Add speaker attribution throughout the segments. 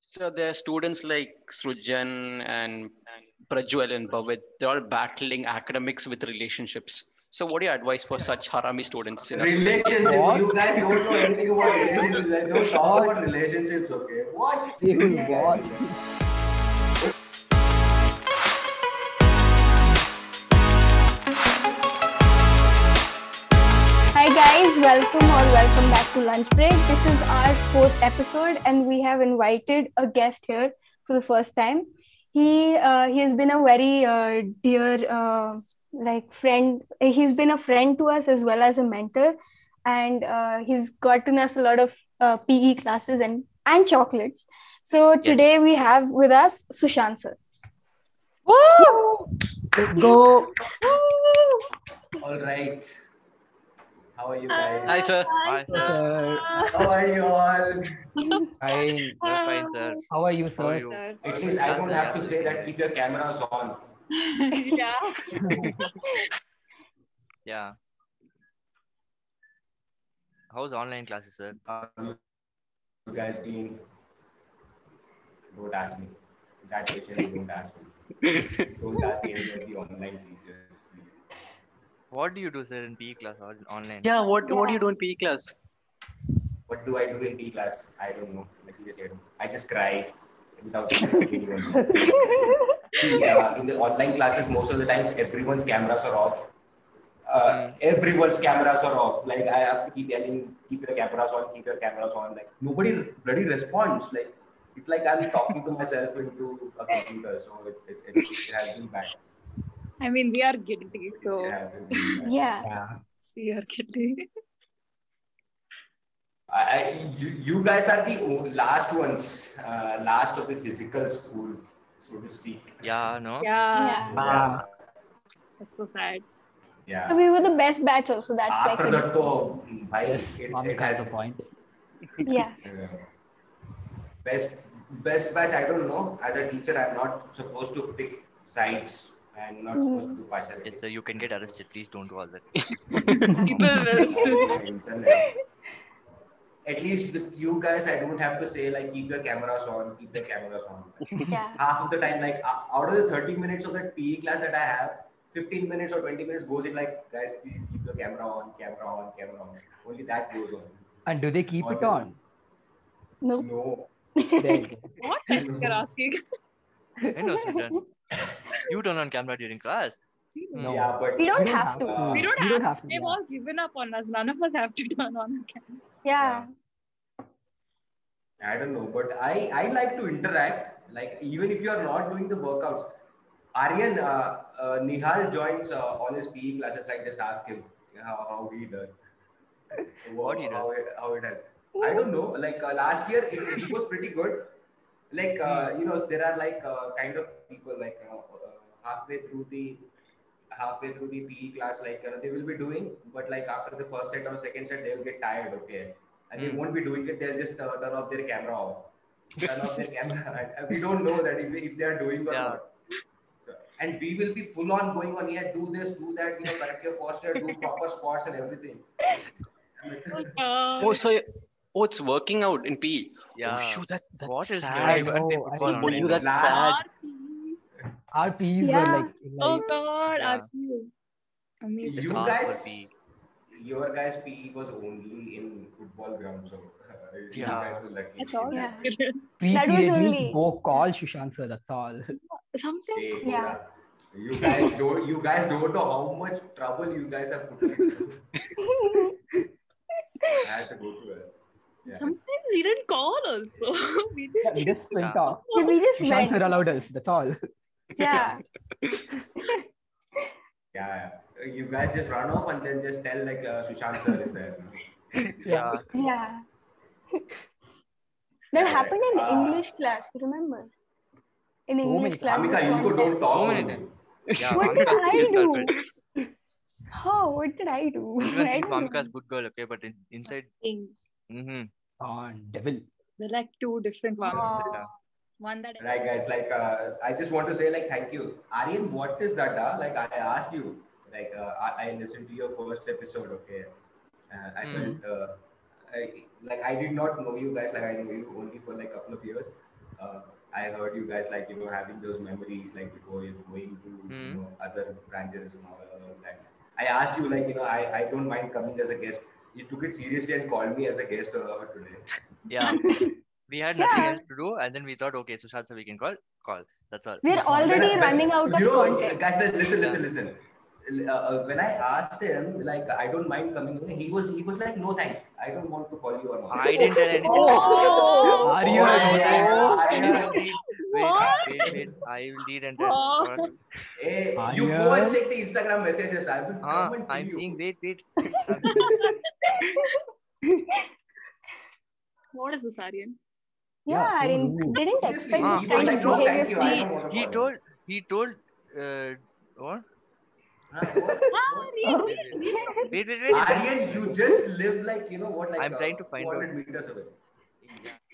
Speaker 1: So there are students like Srujan and Prajwal and Bhavit. They're all battling academics with relationships. So what do you advise for such harami students? in our society?
Speaker 2: Relationships.
Speaker 3: What?
Speaker 2: You guys don't know anything about relationships. Like, don't talk about relationships, okay? What?
Speaker 3: What?
Speaker 4: Hi guys, welcome or welcome back to Lunch Break. This is our fourth episode, and we have invited a guest here for the first time. He uh, he has been a very uh, dear uh, like friend. He's been a friend to us as well as a mentor, and uh, he's gotten us a lot of uh, PE classes and and chocolates. So today we have with us Sushant sir.
Speaker 3: Let's go.
Speaker 2: All right. How are you guys?
Speaker 1: Hi sir.
Speaker 5: Hi, sir.
Speaker 3: Uh,
Speaker 2: How are you all?
Speaker 5: Fine, we're fine, sir.
Speaker 3: how are you,
Speaker 5: How
Speaker 3: sir?
Speaker 5: are you?
Speaker 2: At least I don't have to say that keep your cameras on.
Speaker 6: yeah.
Speaker 5: Yeah. How's online classes, sir?
Speaker 2: How have you Um, you guys been? Don't ask me. That question, don't ask me. Don't ask any of the online teachers. please.
Speaker 5: What do you do, sir, in PE class or in online?
Speaker 1: Yeah, what what do you
Speaker 4: Yeah.
Speaker 1: do in PE class?
Speaker 2: What do I do in P class? I don't know. Like, seriously, I, don't. I just cry without anyone. See, uh, in the online classes, most of the times, everyone's cameras are off. Uh, everyone's cameras are off. Like I have to keep telling, keep your cameras on, keep your cameras on. Like nobody bloody responds. Like it's like I'm talking to myself into a computer. So it's it's, it's it has been bad.
Speaker 6: I mean, we are guilty, so
Speaker 2: It has been really bad.
Speaker 4: Yeah.
Speaker 6: we are guilty.
Speaker 2: I, I you, you guys are the o- last ones, uh, last of the physical school, so to speak.
Speaker 5: Yeah, no?
Speaker 6: Yeah,
Speaker 4: Yeah.
Speaker 2: Yeah.
Speaker 6: that's so sad.
Speaker 2: yeah.
Speaker 4: We were the best batch also. That's like
Speaker 2: After that, though, it,
Speaker 3: Yes,
Speaker 2: it,
Speaker 3: mommy
Speaker 2: it has uh,
Speaker 3: has a point.
Speaker 4: yeah.
Speaker 2: best best batch i don't know as a teacher i'm not supposed to pick sides i'm not
Speaker 4: Hmm.
Speaker 2: supposed to do partiality
Speaker 5: Yes, sir, you can get arrested. Please don't do all that.
Speaker 6: People will.
Speaker 2: Internet. at least with you guys i don't have to say like keep your cameras on keep your cameras on
Speaker 4: Yeah.
Speaker 2: half of the time like uh, out of the 30 minutes of that pe class that i have 15 minutes or 20 minutes goes in like guys please keep your camera on camera on camera on only that goes on
Speaker 3: And do they keep
Speaker 2: Not
Speaker 3: it
Speaker 2: this-
Speaker 3: on?
Speaker 4: Nope.
Speaker 2: no
Speaker 3: There you go.
Speaker 6: What question you're asking?
Speaker 5: I know, sir. done. You turn on camera during class.
Speaker 3: No.
Speaker 2: yeah but
Speaker 4: We don't have to.
Speaker 2: to.
Speaker 6: We don't
Speaker 3: You
Speaker 6: have.
Speaker 3: to.
Speaker 6: They've all given up on us. None of us have to turn on the camera.
Speaker 4: Yeah.
Speaker 2: I don't know, but I, I like to interact. Like even if you are not doing the workouts, Aryan uh, uh, Nihal joins uh, all his PE classes. Like just ask him how, how he does.
Speaker 5: What he does?
Speaker 2: How it, how it helps. I don't know. Like uh, last year, it, it was pretty good. Like uh,
Speaker 5: Hmm.
Speaker 2: you know, there are like uh, kind of people like you know, uh, halfway through the halfway through the PE class, like uh, they will be doing, but like after the first set or second set, they will get tired. Okay, and they
Speaker 5: Hmm.
Speaker 2: won't be doing it. They'll just uh, turn off their camera off. Turn off their camera. And we don't know that if, if they are doing or
Speaker 5: Yeah.
Speaker 2: not. So, and we will be full on going on here. Do this, do that. You know, correct your posture, do proper squats and everything.
Speaker 6: Uh,
Speaker 1: Oh, so oh, it's working out in PE.
Speaker 5: Yeah.
Speaker 1: Oh, shoot, that, that's
Speaker 5: What is
Speaker 1: sad.
Speaker 3: I know, I
Speaker 5: football
Speaker 1: Oh,
Speaker 3: know.
Speaker 5: online?
Speaker 1: you, that's
Speaker 2: Last-
Speaker 1: sad.
Speaker 6: RP.
Speaker 3: Our PEs
Speaker 4: Yeah.
Speaker 3: were like,
Speaker 6: Oh
Speaker 3: like
Speaker 6: God,
Speaker 5: Yeah.
Speaker 6: RP is amazing.
Speaker 5: It's
Speaker 2: You
Speaker 5: hard for
Speaker 2: guys-
Speaker 5: PE. E.
Speaker 2: Your guys' PE was only in football ground, so uh, you
Speaker 5: Yeah.
Speaker 2: guys were lucky.
Speaker 6: That's all.
Speaker 4: Yeah.
Speaker 3: pre
Speaker 4: That was only-
Speaker 3: go call Sushant sir. That's all.
Speaker 6: Sometimes
Speaker 2: Hey,
Speaker 4: Yeah.
Speaker 2: Kora, You guys don't. You guys don't know how much trouble you guys have put. in. I had to go to it. Yeah.
Speaker 6: Sometimes we didn't call also. we just
Speaker 3: We just went
Speaker 5: Yeah.
Speaker 3: off.
Speaker 4: Yeah, we just
Speaker 3: Sushant
Speaker 4: went.
Speaker 3: sir allowed us. That's all.
Speaker 4: Yeah.
Speaker 2: Yeah, yeah. You guys just run off and then just tell like uh, Sushant sir is there.
Speaker 5: Yeah.
Speaker 4: Yeah. That
Speaker 2: Alright,
Speaker 4: happened in
Speaker 2: uh,
Speaker 4: English class, remember? In
Speaker 3: So
Speaker 4: English
Speaker 3: many-
Speaker 4: class.
Speaker 2: Oh Amika,
Speaker 4: this
Speaker 2: you
Speaker 4: one
Speaker 2: two
Speaker 4: time.
Speaker 2: don't talk.
Speaker 5: How many
Speaker 2: only.
Speaker 5: times? Yeah,
Speaker 4: What did I do? How? What
Speaker 5: Mamika's good culprit.
Speaker 4: did I do?
Speaker 5: Everyone
Speaker 4: I
Speaker 5: thinks
Speaker 4: don't know.
Speaker 5: Mamika's good girl, okay? But in, inside,
Speaker 6: things.
Speaker 5: mm-hmm.
Speaker 3: On devil.
Speaker 6: They're like two different ones.
Speaker 4: Oh.
Speaker 5: Yeah.
Speaker 6: One that
Speaker 2: Right, guys. Like, uh, I just want to say, like, thank you, Aryan. What is that? Uh? Like, I asked you. Like, uh, I, I listened to your first episode. Okay, uh, I
Speaker 5: Mm.
Speaker 2: felt uh, I, like I did not know you guys. Like, I know you only for like a couple of years, uh, I heard you guys like you know having those memories like before you're going to you
Speaker 5: Hmm.
Speaker 2: know, other branches and all of that. I asked you like you know I, I don't mind coming as a guest. You took it seriously and called me as a guest uh, today.
Speaker 5: Yeah. We had nothing
Speaker 4: Yeah.
Speaker 5: else to do, and then we thought, okay, Sushant, so we can call, call. That's all.
Speaker 4: We're already
Speaker 2: When I-
Speaker 4: running out of
Speaker 2: you know,
Speaker 4: content.
Speaker 2: Guys, listen, listen, listen. Uh, uh, when I asked him, like, I don't mind coming, he was he was like, no thanks, I don't want to call you or not.
Speaker 5: I didn't tell anything.
Speaker 6: Oh.
Speaker 3: Are you-
Speaker 2: Oh,
Speaker 5: I will read- Wait,
Speaker 6: What?
Speaker 5: wait, wait. I will read and tell.
Speaker 6: Oh.
Speaker 5: What?
Speaker 2: Hey,
Speaker 3: Are
Speaker 2: you
Speaker 3: you-
Speaker 2: go and check the Instagram messages. I will
Speaker 5: Ah,
Speaker 2: come and
Speaker 5: I'm
Speaker 2: tell you.
Speaker 5: seeing. Wait, wait.
Speaker 6: What is this, Aryan?
Speaker 3: Yeah,
Speaker 4: Yeah,
Speaker 3: so
Speaker 4: I didn't,
Speaker 3: rude.
Speaker 4: didn't
Speaker 2: Seriously,
Speaker 4: expect
Speaker 5: Ah.
Speaker 4: this
Speaker 2: he was
Speaker 4: kind
Speaker 2: like,
Speaker 4: of
Speaker 2: no, thank
Speaker 4: behavior
Speaker 2: you. I
Speaker 4: from
Speaker 2: don't want to
Speaker 5: He
Speaker 2: call
Speaker 5: told. He told. Uh, what?
Speaker 2: Huh? What? What?
Speaker 6: Aryan,
Speaker 5: Wait, wait, wait.
Speaker 2: Aryan, you just live like you know what? Like
Speaker 5: I'm trying to find out.
Speaker 2: 200 meters away.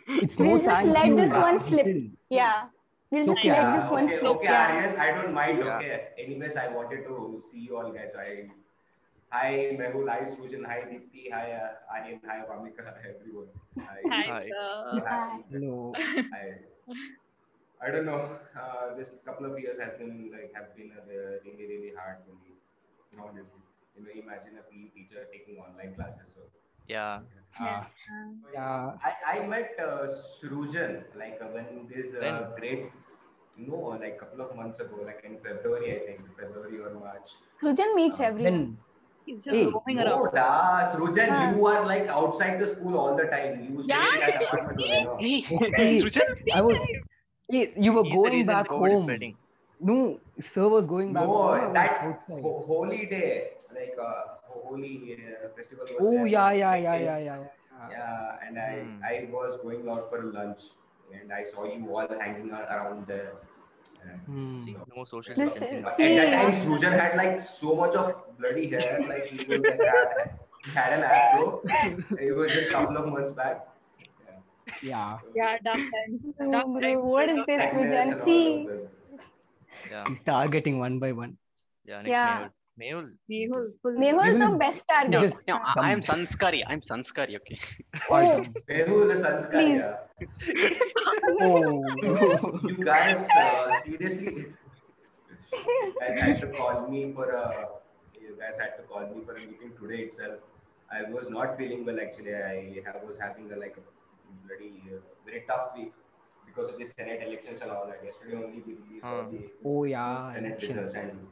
Speaker 3: It's
Speaker 4: We'll
Speaker 3: no
Speaker 4: just
Speaker 3: thank
Speaker 4: let
Speaker 3: you.
Speaker 4: this one slip. Yeah. We'll just
Speaker 3: Okay.
Speaker 4: let this one
Speaker 2: okay,
Speaker 4: slip.
Speaker 2: okay,
Speaker 4: Yeah.
Speaker 2: Aryan, I don't mind.
Speaker 5: Yeah.
Speaker 2: Okay. Anyways, I wanted to see you all guys. So I, hi Mehul, hi Sujan, hi Deepti, hi uh, Aryan, hi Vamika, hi everyone. Hi. Uh,
Speaker 6: Hi,
Speaker 5: Hi.
Speaker 6: sir.
Speaker 2: Hi.
Speaker 3: No.
Speaker 2: I, I don't know. Uh, this couple of years has been like have been uh, really really hard for me. Honestly, you know, imagine a PE teacher taking online classes. So Uh,
Speaker 5: Yeah.
Speaker 3: Ah, yeah.
Speaker 2: I, I met uh, Srujan like uh, when this uh,
Speaker 5: When?
Speaker 2: great no like couple of months ago like in February I think February or March.
Speaker 4: Srujan meets everyone.
Speaker 3: Then
Speaker 6: He's
Speaker 3: Hey.
Speaker 6: just roaming
Speaker 2: No,
Speaker 6: around.
Speaker 2: da, Srujan,
Speaker 4: Huh.
Speaker 2: you are like outside the school all the time. You stay in that apartment. over there, no?
Speaker 3: okay. I was. Hey, you were
Speaker 5: He's the
Speaker 3: going
Speaker 5: reason
Speaker 3: back
Speaker 5: COVID is
Speaker 3: home.
Speaker 5: spreading.
Speaker 3: No, sir was going back home.
Speaker 2: No,
Speaker 3: I was
Speaker 2: that
Speaker 3: outside.
Speaker 2: ho- holy day, like uh, ho- holy uh, festival. was
Speaker 3: Oh
Speaker 2: there.
Speaker 3: yeah, yeah, yeah,
Speaker 2: Like,
Speaker 3: yeah, yeah. yeah.
Speaker 2: Yeah, and I
Speaker 5: Hmm.
Speaker 2: I was going out for lunch, and I saw you all hanging out around there. And-
Speaker 3: Hmm.
Speaker 5: See, No social
Speaker 4: This
Speaker 5: distancing.
Speaker 4: is-
Speaker 2: At
Speaker 4: See,
Speaker 2: that time, Srujan had like so much of bloody hair, like he was like had, had an afro. It was just a couple of months back.
Speaker 3: Yeah.
Speaker 6: Yeah, dark time.
Speaker 4: No, bro, what is this,
Speaker 2: Hackness and
Speaker 4: Srujan?
Speaker 2: all
Speaker 4: See,
Speaker 2: of those.
Speaker 5: Yeah.
Speaker 3: He's targeting one by one.
Speaker 5: Yeah.
Speaker 4: Yeah.
Speaker 5: Next Mehul.
Speaker 6: Mehul, full-
Speaker 4: Mehul the
Speaker 3: Even-
Speaker 4: best target.
Speaker 3: Because-
Speaker 1: No, I am Sanskari. I'm Sanskari. Okay.
Speaker 3: Oh.
Speaker 2: Mehul is Sanskar,
Speaker 4: Please.
Speaker 2: yeah.
Speaker 3: oh.
Speaker 2: You guys, uh, seriously, you guys had to call me for a. You guys had to call me for a meeting today itself. I was not feeling well actually. I ha- was having a like a bloody uh, very tough week because of the Senate elections and all that. Yesterday only we released all
Speaker 5: Hmm.
Speaker 2: the
Speaker 3: Oh yeah.
Speaker 5: Ah,
Speaker 2: Senate
Speaker 3: election.
Speaker 2: results and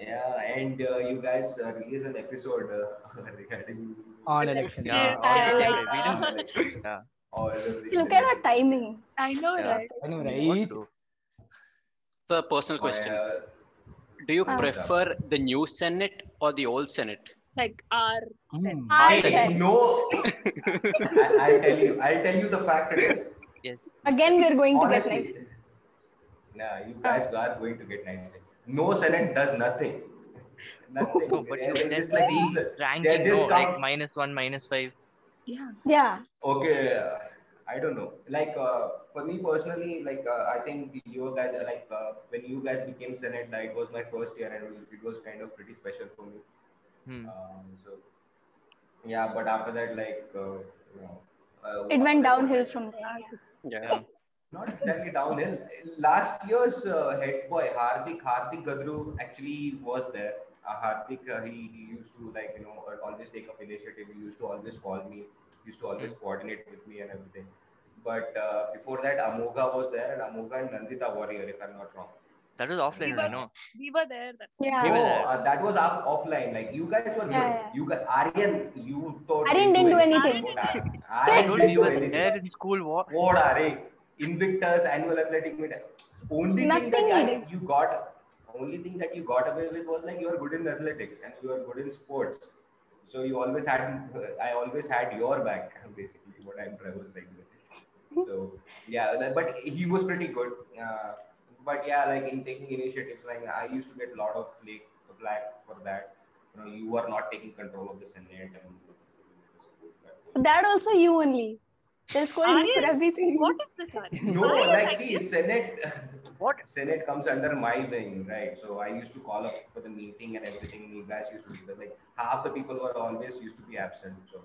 Speaker 2: yeah, and uh, you guys uh, released an episode uh, regarding
Speaker 3: On election.
Speaker 4: Yeah.
Speaker 5: Yeah. Ah, all the same
Speaker 4: Yeah.
Speaker 5: day. We didn't.
Speaker 2: election.
Speaker 5: Yeah.
Speaker 2: All the
Speaker 4: Look at our timing.
Speaker 6: I know,
Speaker 5: Yeah.
Speaker 6: right?
Speaker 3: I know,
Speaker 5: What
Speaker 3: right?
Speaker 5: to do?
Speaker 1: So a personal question:
Speaker 2: Uh,
Speaker 1: Do you
Speaker 4: Ah.
Speaker 1: prefer the new Senate or the old Senate?
Speaker 6: Like our
Speaker 3: Hmm.
Speaker 4: Our
Speaker 2: Hey,
Speaker 4: Senate.
Speaker 2: No, I, I'll tell you. I'll tell you the fact. It is
Speaker 5: Yes.
Speaker 4: Again, we're going to get Uh. nice.
Speaker 2: honestly. Nah, you guys are going to get nice. No Senate does nothing. Nothing.
Speaker 5: No, Oh, but
Speaker 2: They're
Speaker 5: but then
Speaker 2: just like uh,
Speaker 5: we
Speaker 2: useless.
Speaker 5: ranking
Speaker 2: just
Speaker 5: no, like
Speaker 2: come-
Speaker 5: minus one, minus five.
Speaker 6: yeah.
Speaker 4: Yeah.
Speaker 2: okay. uh, I don't know. Like uh, for me personally, like uh, I think the- you guys are like uh, when you guys became Senate, like it was my first year and it was kind of pretty special for me.
Speaker 5: Hmm.
Speaker 2: Um, so yeah, but after that, like uh, you know, uh,
Speaker 4: It went downhill from there.
Speaker 5: Yeah.
Speaker 2: Not exactly downhill. Last year's uh, head boy Hardik Hardik Gadru actually was there. Uh, Hardik uh, he, he used to like you know uh, always take up initiative. He used to always call me. He used to always coordinate with me and everything. But uh, before that, Amoga was there, and Amoga and Nandita Warrior, if I'm not wrong.
Speaker 5: That was offline,
Speaker 6: Yeah.
Speaker 5: you know.
Speaker 6: We were there. That
Speaker 4: Yeah.
Speaker 5: They were
Speaker 2: No,
Speaker 5: there.
Speaker 2: uh, that was off- offline. Like you guys were good.
Speaker 4: Oh. Yeah, yeah.
Speaker 2: You guys, Aryan, you thought
Speaker 4: Aryan didn't do anything.
Speaker 2: Don't Aryan.
Speaker 5: I
Speaker 2: Aryan
Speaker 5: told
Speaker 2: didn't
Speaker 5: we
Speaker 2: do
Speaker 5: were
Speaker 2: anything.
Speaker 5: there in school. What?
Speaker 2: What are they? Invictus annual athletic meet. Only thing
Speaker 4: Nothing
Speaker 2: that
Speaker 4: needed.
Speaker 2: I, you got, only thing that you got away with was like you are good in athletics and you are good in sports. So you always had, I always had your back. Basically, what I'm trying to say. So yeah, that- but he was pretty good. Uh, but yeah, like in taking initiatives, like I used to get a lot of flak, flack for that. You know, you are not taking control of the senate and.
Speaker 4: But that also you only. They're scoring you for
Speaker 6: Aryan,
Speaker 4: everything.
Speaker 6: What is this, Aryan?
Speaker 2: No,
Speaker 6: Aryan,
Speaker 2: like
Speaker 6: I
Speaker 2: see, Senate.
Speaker 5: What?
Speaker 2: Senate comes under my wing, right? So I used to call up for the meeting and everything. You guys used to do that. Like half the people were always used to be absent. So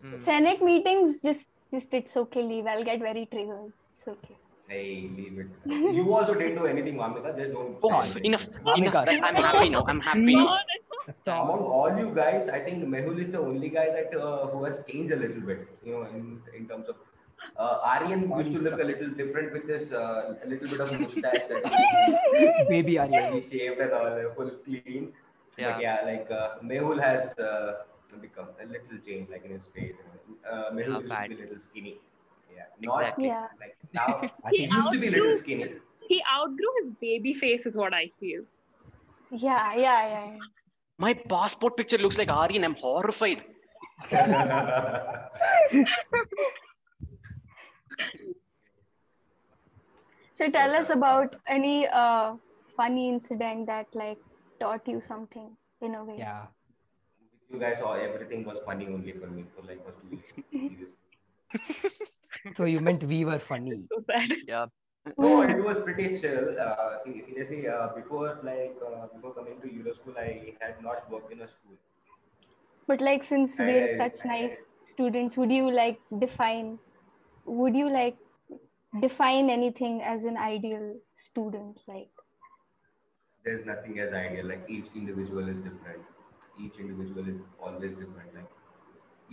Speaker 5: Hmm.
Speaker 4: Senate meetings, just just it's okay, leave. I'll get very triggered. It's okay.
Speaker 2: Hey, leave it. You also didn't do anything, Mamika. Just don't.
Speaker 1: Oh, so enough. enough.
Speaker 3: Mamika.
Speaker 1: that- I'm happy now. I'm happy.
Speaker 6: No,
Speaker 1: now.
Speaker 6: that's not
Speaker 2: Among all you guys, I think Mehul is the only guy that uh, who has changed a little bit. You know, in, in terms of uh, Aryan used to look a little different with this uh, a little bit of mustache that
Speaker 3: Maybe Arya.
Speaker 2: he shaved and all, uh, full clean.
Speaker 5: Yeah.
Speaker 2: But yeah, like uh, Mehul has uh, become a little changed, like in his face. Uh, Mehul
Speaker 5: Not
Speaker 2: used
Speaker 5: bad.
Speaker 2: to be a little skinny. Yeah, not
Speaker 5: Exactly.
Speaker 4: Yeah.
Speaker 2: like now.
Speaker 6: He
Speaker 2: He used to be a little
Speaker 6: outgrew-
Speaker 2: skinny.
Speaker 6: He outgrew his baby face, is what I feel.
Speaker 4: Yeah, yeah, yeah. yeah.
Speaker 1: My passport picture looks like Aryan. I'm horrified.
Speaker 4: So tell us about any uh, funny incident that like taught you something in a way.
Speaker 3: Yeah.
Speaker 2: you guys, all everything was funny only for me for like for two years.
Speaker 3: So you meant we were funny.
Speaker 6: So sad.
Speaker 2: No,
Speaker 4: Hmm.
Speaker 2: it was pretty chill. Uh, see, seriously, uh, before like uh, before coming to Euro school, I had not worked in a school.
Speaker 4: But like since
Speaker 2: I-
Speaker 4: we're
Speaker 2: I-
Speaker 4: such
Speaker 2: I-
Speaker 4: nice students, would you like define would you like define anything as an ideal student like
Speaker 2: There's nothing as ideal. Like each individual is different. Each individual is always different. Like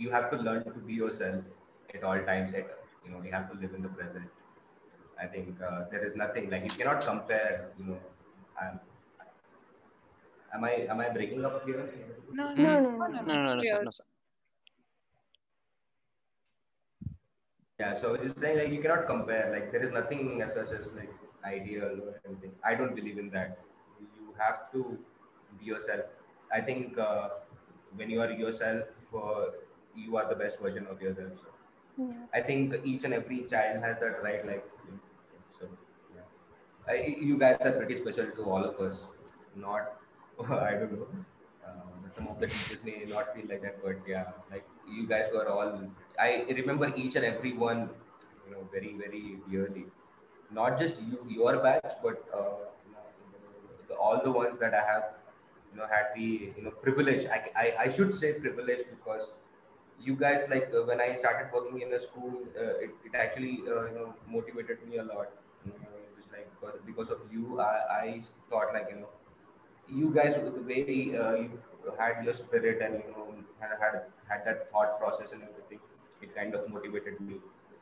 Speaker 2: you have to learn to be yourself at all times. At you know, you have to live in the present. I think uh, there is nothing like you cannot compare. You know, I'm, am I am I breaking up here?
Speaker 4: no
Speaker 6: No,
Speaker 4: no no,
Speaker 1: No, no, no, no, sir, no, sir.
Speaker 2: Yeah, so I was just saying like you cannot compare. Like there is nothing as such as like ideal or anything. I don't believe in that. You have to be yourself. I think uh, when you are yourself, uh, you are the best version of yourself. So
Speaker 4: Yeah.
Speaker 2: I think each and every child has that right. Like so, yeah. I, you guys are pretty special to all of us. Not I don't know. Uh, some of the teachers may not feel like that, but yeah, like you guys were all. I remember each and every one, you know, very very dearly. Not just you, your batch, but uh, you know, the, all the ones that I have, you know, had the you know privilege. I I, I should say privilege because you guys like uh, when I started working in the school, uh, it, it actually uh, you know motivated me a lot. You know, it was like because- because of you, I, I thought like you know you guys with the way uh, you had your spirit and you know had, had had that thought process and everything it kind of motivated me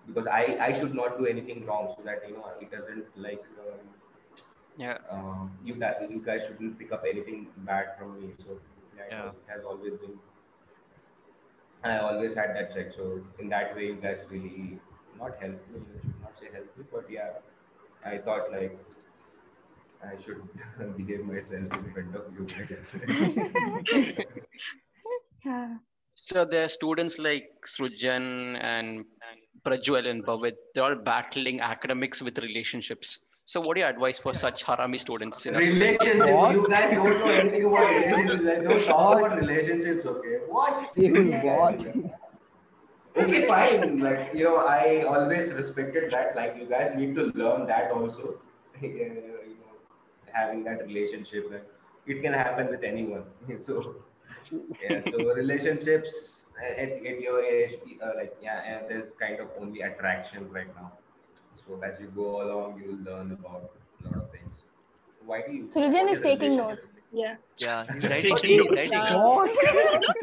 Speaker 2: because i i should not do anything wrong so that you know it doesn't like um,
Speaker 1: Yeah.
Speaker 2: um, you guys you guys shouldn't pick up anything bad from me so yeah, it
Speaker 5: Yeah.
Speaker 2: was- it has always been i always had that check so in that way you guys really not helped me you should not say help me but yeah i thought like I should behave myself in front of you guys.
Speaker 4: Yeah.
Speaker 1: So there are students like Srujan and Prajwal and Bhavit. They're all battling academics with relationships. So what do you advise for such harami students? in our society?
Speaker 2: relationships. You
Speaker 3: What?
Speaker 2: guys don't know anything about relationships. Like, don't talk about relationships, okay? What?
Speaker 3: Dude, what?
Speaker 2: Okay, fine. Like, you know, I always respected that. Like, you guys need to learn that also. you know, having that relationship. Like, it can happen with anyone. so, yeah, so relationships at, at your age, uh, like, yeah, and there's kind of only attraction right now. So, as you go along, you'll learn about a lot of things. Why do you?
Speaker 4: Srijan
Speaker 2: what
Speaker 4: is
Speaker 2: is
Speaker 4: taking
Speaker 2: relationships?
Speaker 6: Yeah.
Speaker 5: Yeah.
Speaker 1: Just
Speaker 5: Right.
Speaker 1: take
Speaker 5: Right.
Speaker 1: it.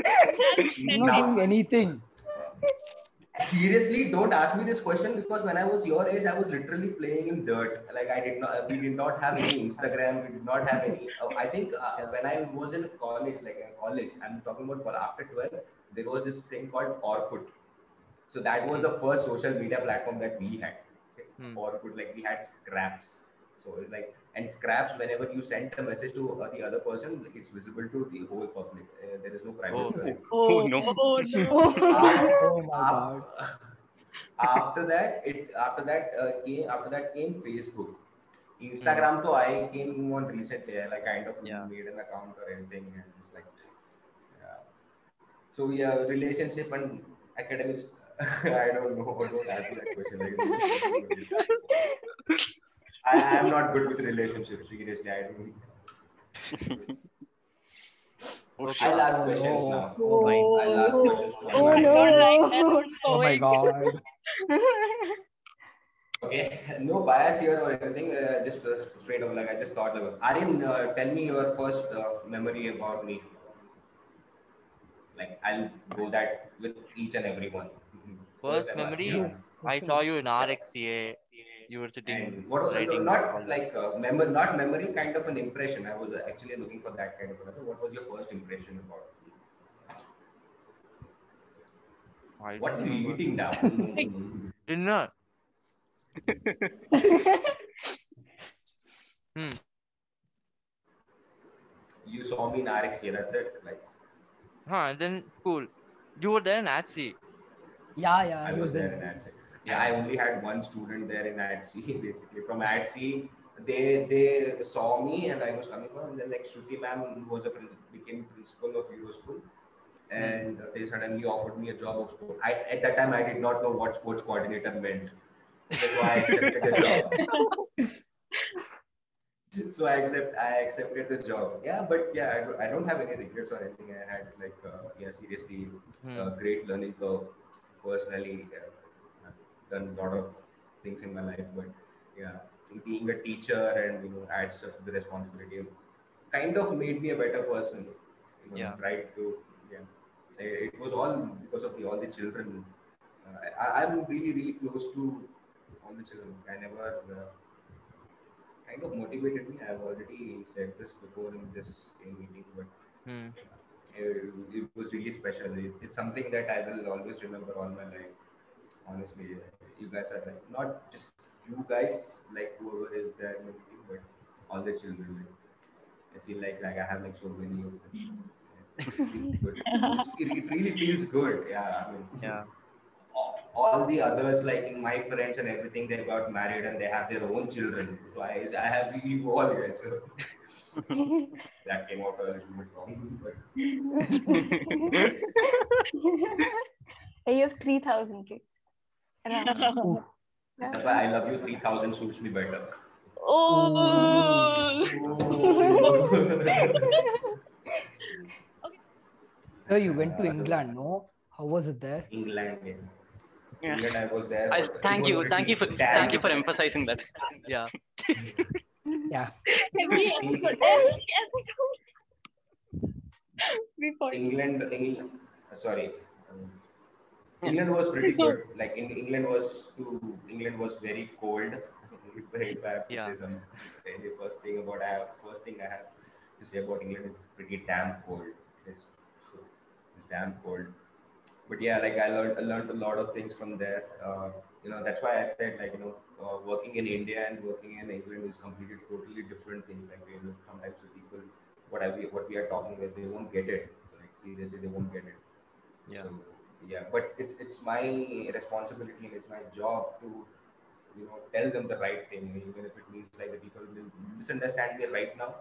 Speaker 5: Right.
Speaker 3: What?
Speaker 2: No.
Speaker 3: I'm not doing anything.
Speaker 2: Seriously, don't ask me this question because when I was your age, I was literally playing in dirt. Like I did not, we did not have any Instagram. We did not have any. oh, I think uh, when I was in college, like in college, I'm talking about for after twelve, there was this thing called Orkut. So that was the first social media platform that we had.
Speaker 5: Hmm.
Speaker 2: Orkut, like we had Scraps. So it's like and Scraps, whenever you send a message to uh, the other person, it's visible to the whole public. Uh, there is no privacy.
Speaker 5: Oh.
Speaker 1: Oh, no.
Speaker 6: Oh, no.
Speaker 3: Oh my god.
Speaker 2: Af- after that it after that uh, came after that came facebook instagram to i came on recently i like kind of
Speaker 5: Yeah.
Speaker 2: made an account or anything and just like yeah. so yeah relationship and academics i don't know don't answer that question like, i am not good with relationships seriously i don't
Speaker 5: Oh,
Speaker 2: i'll
Speaker 5: shit.
Speaker 2: ask questions now
Speaker 3: Oh my-
Speaker 2: i'll ask questions
Speaker 4: Oh,
Speaker 6: I
Speaker 2: now.
Speaker 4: no.
Speaker 6: don't like that. Don't
Speaker 3: Oh my
Speaker 6: go in.
Speaker 3: god.
Speaker 2: Okay, no bias here or anything. Uh, just uh, straight up, like I just thought. Like, Aryan, uh, tell me your first uh, memory about me. Like I'll go that with each and every one.
Speaker 5: First
Speaker 2: and last
Speaker 5: memory?
Speaker 2: year.
Speaker 5: I saw you in RXCA. You were sitting.
Speaker 2: And what was
Speaker 5: writing.
Speaker 2: not like uh, mem- not memory, kind of an impression. I was actually looking for that kind of. Another. What was your first impression about?
Speaker 5: I
Speaker 2: What are
Speaker 5: don't
Speaker 2: you
Speaker 5: remember.
Speaker 2: eating now?
Speaker 5: Dinner.
Speaker 2: you saw me in RX here. That's it. Like
Speaker 5: Huh, and then cool. You were there in ATSI.
Speaker 3: Yeah, yeah.
Speaker 2: I
Speaker 3: he
Speaker 2: was
Speaker 3: was
Speaker 2: there in ADC. Yeah, I only had one student there in ADC basically. From ADC, they they saw me and I was coming from, and then like Shruti ma'am who was a prin- became principal of Euro School, and they suddenly offered me a job of sport. I at that time I did not know what sports coordinator meant. That's why I accepted the job. So I accept I accepted the job. Yeah, but yeah, I don't, I don't have any regrets or anything. I had like uh, yeah, seriously
Speaker 5: Hmm.
Speaker 2: a great learning curve personally uh, I've done a lot of things in my life but yeah being a teacher and you know adds up to the responsibility kind of made me a better person you know,
Speaker 5: Yeah.
Speaker 2: tried to yeah it it was all because of the all the children uh, I, i'm really really close to all the children i never uh, kind of motivated me i've already said this before in this same meeting but
Speaker 5: Hmm.
Speaker 2: it Uh, it was really special. It, it's something that I will always remember all my life. Honestly, you guys are like not just you guys, like whoever is there, in the meeting, but all the children. Like, I feel like like I have like so many of them. It feels good. It's- It, it really feels good. Yeah, I mean,
Speaker 5: Yeah.
Speaker 2: all- All the others, like in my friends and everything, they got married and they have their own children. So I, I have you all guys. So that came out a little bit wrong, but
Speaker 4: you have 3,000 kids. Around.
Speaker 3: there.
Speaker 2: That's why I love you 3000 suits me better.
Speaker 6: oh.
Speaker 3: So you went to England, no? How was it there?
Speaker 2: England. Yeah.
Speaker 1: Yeah.
Speaker 2: England, I was there.
Speaker 1: I,
Speaker 2: but it
Speaker 1: thank
Speaker 2: was
Speaker 1: you,
Speaker 2: pretty
Speaker 1: thank you for
Speaker 2: damn
Speaker 1: thank you for emphasizing that.
Speaker 5: Yeah.
Speaker 3: Yeah.
Speaker 6: Every episode. Every episode. we forgot.
Speaker 2: England, England. Sorry. Um, England was pretty good. Like in England was to England was very cold. if I have to
Speaker 5: Yeah.
Speaker 2: say some, the first thing about I have, first thing I have to say about England is pretty damn cold. It's, it's damn cold. But yeah, like I learned, I learned a lot of things from there. Uh, you know, that's why I said like you know, uh, working in India and working in England is completely totally different things. Like you know, sometimes the people what I what we are talking about, they won't get it. Like seriously, they won't get it.
Speaker 5: Yeah.
Speaker 2: So, yeah, but it's it's my responsibility and it's my job to you know tell them the right thing, even if it means like the people will misunderstand me right now,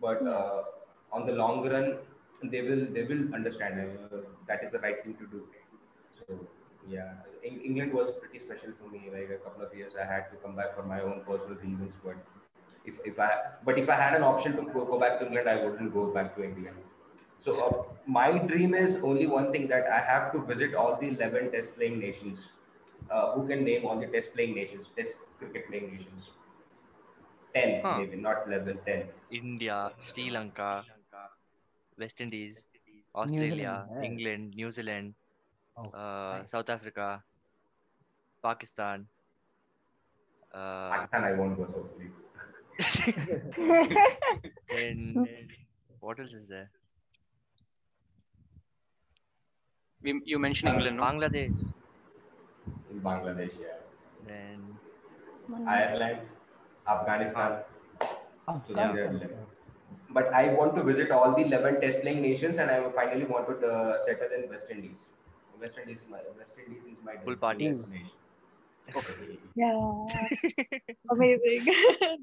Speaker 2: but uh, on the long run, they will they will understand uh, that is the right thing to do. So yeah, Eng- England was pretty special for me. Like a couple of years, I had to come back for my own personal reasons, but if, if I but if I had an option to go, go back to England, I wouldn't go back to India. So uh, my dream is only one thing that I have to visit all the 11 test playing nations. Uh, who can name all the test playing nations, test cricket playing nations? 10,
Speaker 5: Huh.
Speaker 2: maybe, not 11, 10.
Speaker 5: India, Sri Lanka, West Indies, Australia,
Speaker 3: Zealand, yeah.
Speaker 5: England, New Zealand,
Speaker 3: Oh,
Speaker 5: uh, South Africa, Pakistan. Uh,
Speaker 2: Pakistan, I won't go so please.
Speaker 5: then what else is there?
Speaker 1: You, you mentioned England, no?
Speaker 5: Bangladesh.
Speaker 2: in Bangladesh, yeah.
Speaker 5: Then
Speaker 2: Ireland, Afghanistan. So
Speaker 3: Afghanistan.
Speaker 2: they're like- But I want to visit all the 11 test playing nations and I finally want to uh, settle in West Indies. West Indies is my, West Indies is my
Speaker 5: Full party.
Speaker 2: destination. Okay.
Speaker 6: Yeah. Amazing.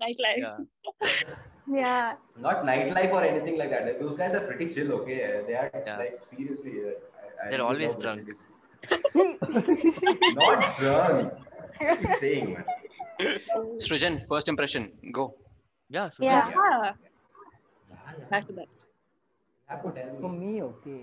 Speaker 6: Nightlife.
Speaker 5: yeah,
Speaker 4: Yeah.
Speaker 2: Not nightlife or anything like that. Those guys are pretty chill, okay? They are
Speaker 5: Yeah.
Speaker 2: like seriously. uh, I- I
Speaker 5: They're
Speaker 2: really love
Speaker 5: always
Speaker 2: West
Speaker 5: drunk.
Speaker 2: Indies. Not drunk. What are you saying, man?
Speaker 1: Srijan, first impression, go.
Speaker 5: yeah, so
Speaker 4: Yeah.
Speaker 6: Yeah.
Speaker 2: Yeah,
Speaker 6: Back to that.
Speaker 2: yeah. Have to tell
Speaker 3: For
Speaker 2: me.
Speaker 3: me, okay.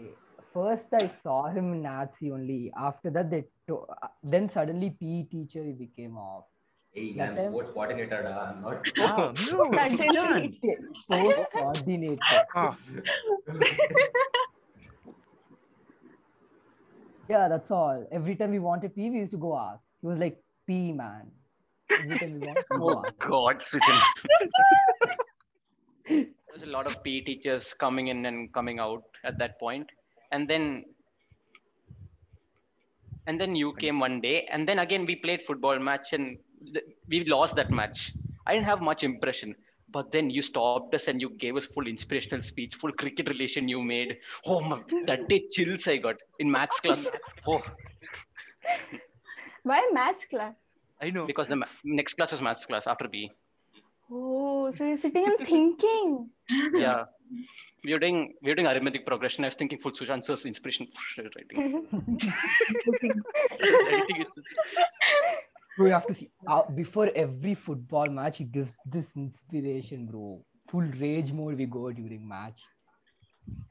Speaker 3: First, I saw him in Nazi only. After that, they to- uh, then suddenly PE teacher he E became off.
Speaker 2: Hey,
Speaker 3: That
Speaker 2: I'm
Speaker 3: time-
Speaker 2: sports coordinator. da, I'm not.
Speaker 5: Wow, Oh, no.
Speaker 4: That time-
Speaker 3: So coordinator.
Speaker 5: Ah,
Speaker 3: Yeah, that's all. Every time we wanted pee, we used to go ask. He was like, pee, man. Every time we wanted to go
Speaker 1: Oh
Speaker 3: ask.
Speaker 1: God, Sujin. There's a lot of PE teachers coming in and coming out at that point, and then and then you came one day, and then again we played football match, and th- we lost that match. I didn't have much impression, but then you stopped us and you gave us full inspirational speech, full cricket relation you made. Oh my, that day chills I got in maths class. Oh,
Speaker 4: Why maths class?
Speaker 5: I know.
Speaker 1: because the ma- next class was maths class after E. PE.
Speaker 4: Oh, so you're sitting and thinking.
Speaker 1: yeah we were doing we were doing arithmetic progression i was thinking full sush answers inspiration writing Writing is-
Speaker 3: Bro, you have to see. Uh, before every football match, he gives this inspiration, bro. Full rage mode we go during match.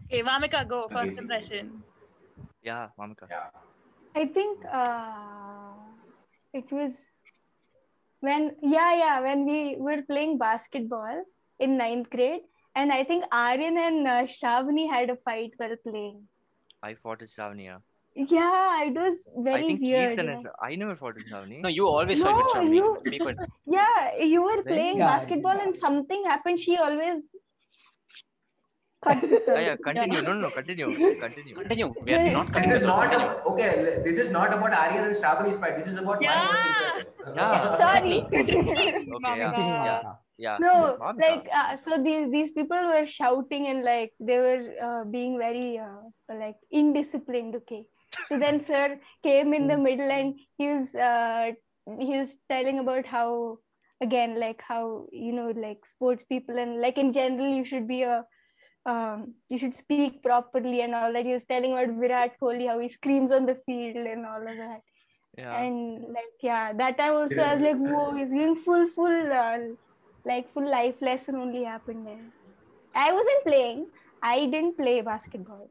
Speaker 6: Okay, Vamika, go.
Speaker 2: Amazing.
Speaker 6: First impression.
Speaker 5: Yeah, Mamika.
Speaker 2: Yeah.
Speaker 4: I think uh, it was when yeah yeah when we were playing basketball in ninth grade, and I think Aryan and uh, Shravani had a fight while playing.
Speaker 5: I fought with Shavani. Yeah.
Speaker 4: Yeah, it was very
Speaker 5: I think
Speaker 4: weird.
Speaker 5: Keertan
Speaker 4: yeah.
Speaker 5: is- I never fought with Shavani.
Speaker 1: no you always fight with
Speaker 4: No,
Speaker 1: Shravani.
Speaker 4: you-
Speaker 1: Me but-
Speaker 4: Yeah, you were playing
Speaker 3: Yeah.
Speaker 4: basketball and something happened. She always cut
Speaker 5: yeah,
Speaker 4: herself.
Speaker 5: yeah, continue. No, no, no, continue. Continue.
Speaker 1: continue we are
Speaker 4: Yes.
Speaker 1: not
Speaker 2: This is
Speaker 1: continuing.
Speaker 2: not about, okay. l- This is not about Aryan and Shravani's fight. This is about my
Speaker 6: Yeah.
Speaker 2: first impression.
Speaker 5: Yeah.
Speaker 4: Sorry.
Speaker 5: Okay, yeah.
Speaker 3: Continue,
Speaker 6: Yeah.
Speaker 3: Mamata.
Speaker 5: Yeah.
Speaker 4: no,
Speaker 5: Mamika.
Speaker 4: like uh, so these these people were shouting and like they were uh, being very uh, like indisciplined. Okay, so then sir came in the middle and he was uh, he was telling about how again like how you know like sports people and like in general you should be a um, you should speak properly and all that. He was telling about Virat Kohli how he screams on the field and all of that
Speaker 5: yeah.
Speaker 4: and like yeah that time also i was like whoa he's giving full full uh, like full life lesson only happened there i wasn't playing i didn't play basketball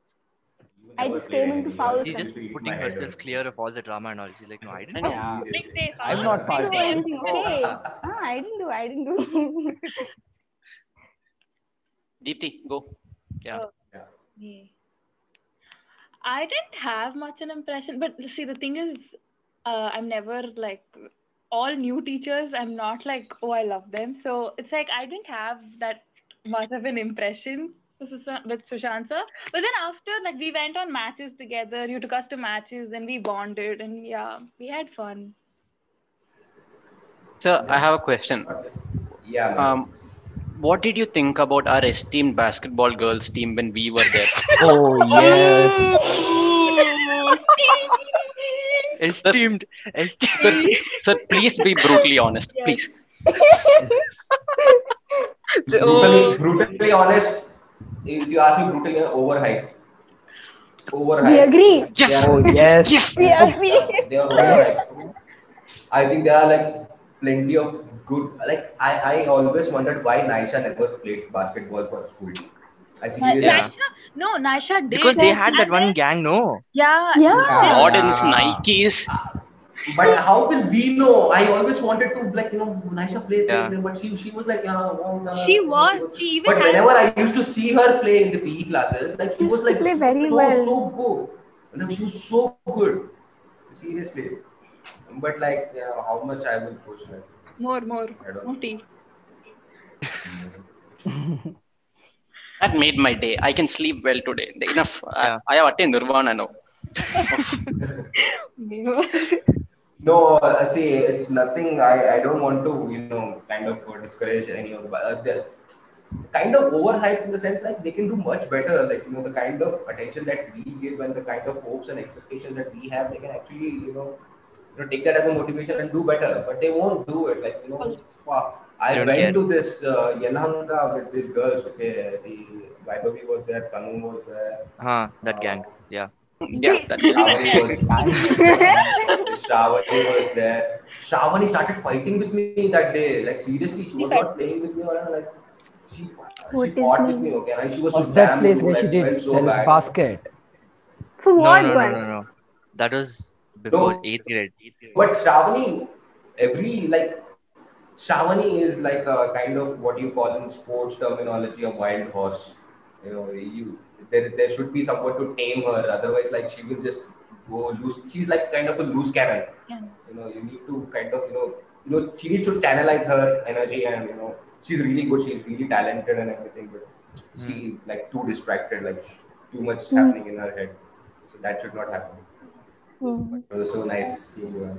Speaker 4: I just came into foul
Speaker 5: She's just putting herself clear of all the drama and all. She's like, no, I didn't.
Speaker 1: I know.
Speaker 3: Yeah.
Speaker 6: Big day,
Speaker 3: I'm not
Speaker 4: I didn't
Speaker 3: part
Speaker 4: do anything okay ah, i didn't do i didn't do
Speaker 1: deepthi go
Speaker 6: Yeah. I didn't have much an impression, but see, the thing is, uh, I'm never like all new teachers. I'm not like, oh, I love them. So it's like I didn't have that much of an impression with Susha- with Sushant sir. But then after, like, we went on matches together. You took us to matches, and we bonded, and yeah, we had fun.
Speaker 1: so i have a question
Speaker 2: Yeah. man.
Speaker 1: um what did you think about our esteemed basketball girls team when we were there
Speaker 3: Oh, yes.
Speaker 5: Oh. Esteemed. Esteemed.
Speaker 1: sir, sir please be brutally honest please
Speaker 6: oh.
Speaker 2: brutally, brutally honest. If you ask me, brutally overhyped. Overhyped.
Speaker 4: we agree
Speaker 1: yes
Speaker 3: Oh, yes.
Speaker 4: we agree
Speaker 2: They are overhyped. I think there are like plenty of good. Like I, I always wondered why Naisha never played basketball for school. I
Speaker 6: Ni-
Speaker 2: seriously.
Speaker 5: Yeah.
Speaker 6: Nisha- no, Nisha did.
Speaker 5: Because they had that one gang, no?
Speaker 6: Yeah.
Speaker 4: yeah
Speaker 1: not in nikes
Speaker 2: But how will we know? I always wanted to like you know Naisha played,
Speaker 5: Yeah.
Speaker 2: but she she was like yeah, oh, yeah.
Speaker 6: She was. She even
Speaker 2: But
Speaker 6: had
Speaker 2: whenever I used to see her play in the PE classes, like she
Speaker 4: Used
Speaker 2: was
Speaker 4: to
Speaker 2: like
Speaker 4: play very
Speaker 2: so,
Speaker 4: well.
Speaker 2: so good. Like, she was so good. Seriously. But like you know, how much I will push like
Speaker 6: more, more,
Speaker 2: I don't
Speaker 6: more tea.
Speaker 1: that made my day i can sleep well today enough I,
Speaker 5: Yeah.
Speaker 1: I have attained nirvana now
Speaker 2: No, uh, see, it's nothing. I, I don't want to, you know, kind of uh, discourage any of uh, the kind of overhyped in the sense like they can do much better. Like, you know, the kind of attention that we give and the kind of hopes and expectations that we have, they can actually, you know, you know take that as a motivation and do better. But they won't do it. Like, you know, wow. I
Speaker 5: Don't
Speaker 2: went
Speaker 5: care.
Speaker 2: to this uh, Yenhanga with these girls, okay? The Vaibavi was there, Kanu was there.
Speaker 5: Huh, that
Speaker 2: uh,
Speaker 5: gang. Yeah.
Speaker 1: yeah that,
Speaker 2: Shravani was Shravani was there. Shravani started fighting with me that day. Like seriously, she was not playing with me or anything, like she,
Speaker 4: What
Speaker 2: she
Speaker 4: is
Speaker 2: fought with
Speaker 4: it?
Speaker 2: me. Okay, and she was so
Speaker 3: Of that
Speaker 2: damn
Speaker 3: place
Speaker 2: good,
Speaker 3: where
Speaker 2: I
Speaker 3: she
Speaker 2: felt
Speaker 3: did
Speaker 2: so
Speaker 3: that
Speaker 2: bad.
Speaker 3: basket.
Speaker 4: for
Speaker 5: No,
Speaker 4: what
Speaker 5: no, no,
Speaker 4: one
Speaker 5: no, no. That was before
Speaker 2: No.
Speaker 5: eighth grade.
Speaker 2: But Shravani, every like Shravani is like a kind of what you call in sports terminology a wild horse. You know, you there, there should be someone to tame her. Otherwise, like she will just go loose. She's like kind of a loose cannon.
Speaker 6: Yeah.
Speaker 2: You know, you need to kind of you know you know she needs to channelize her energy and you know she's really good. She's really talented and everything, but she like too distracted. Like sh- too much is
Speaker 4: Mm.
Speaker 2: happening in her head. So that should not happen.
Speaker 4: Mm.
Speaker 2: It was so nice seeing you.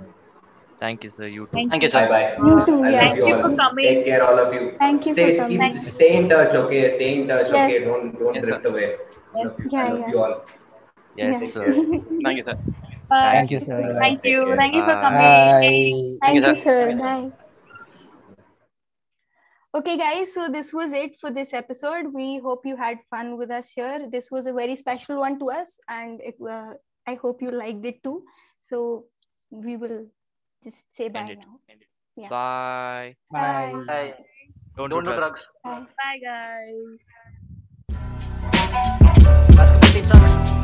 Speaker 5: Thank you, sir. You too.
Speaker 6: Thank
Speaker 1: Thank you,
Speaker 2: Bye
Speaker 1: sir.
Speaker 2: bye.
Speaker 4: You too,
Speaker 2: I love
Speaker 4: yeah.
Speaker 6: Thank you
Speaker 2: all.
Speaker 6: for coming.
Speaker 2: Take care, all of you.
Speaker 4: Thank you
Speaker 2: stay,
Speaker 4: for coming.
Speaker 2: Keep, stay in touch, okay? Stay in touch,
Speaker 4: Yes.
Speaker 2: okay? Don't don't
Speaker 5: Yes,
Speaker 2: drift away. I love you. I
Speaker 4: Yeah,
Speaker 2: love
Speaker 4: yeah.
Speaker 2: you all.
Speaker 4: Yeah.
Speaker 5: Yes, sir.
Speaker 1: Thank you, sir.
Speaker 6: Bye.
Speaker 3: Thank you, sir.
Speaker 6: Thank
Speaker 2: Take
Speaker 6: you.
Speaker 2: care.
Speaker 6: Thank you for
Speaker 5: Bye.
Speaker 6: coming.
Speaker 3: Bye.
Speaker 4: Thank you,
Speaker 1: Thank
Speaker 4: sir. Bye. Okay, guys, so this was it for this episode. We hope you had fun with us here. This was a very special one to us, and it, uh, I hope you liked it too. So we will just say bye
Speaker 5: End it.
Speaker 4: now. Yeah.
Speaker 5: Bye.
Speaker 3: Bye.
Speaker 5: Don't,
Speaker 1: Don't do drugs.
Speaker 4: Bye.
Speaker 6: Bye, guys.
Speaker 1: Basketball team sucks.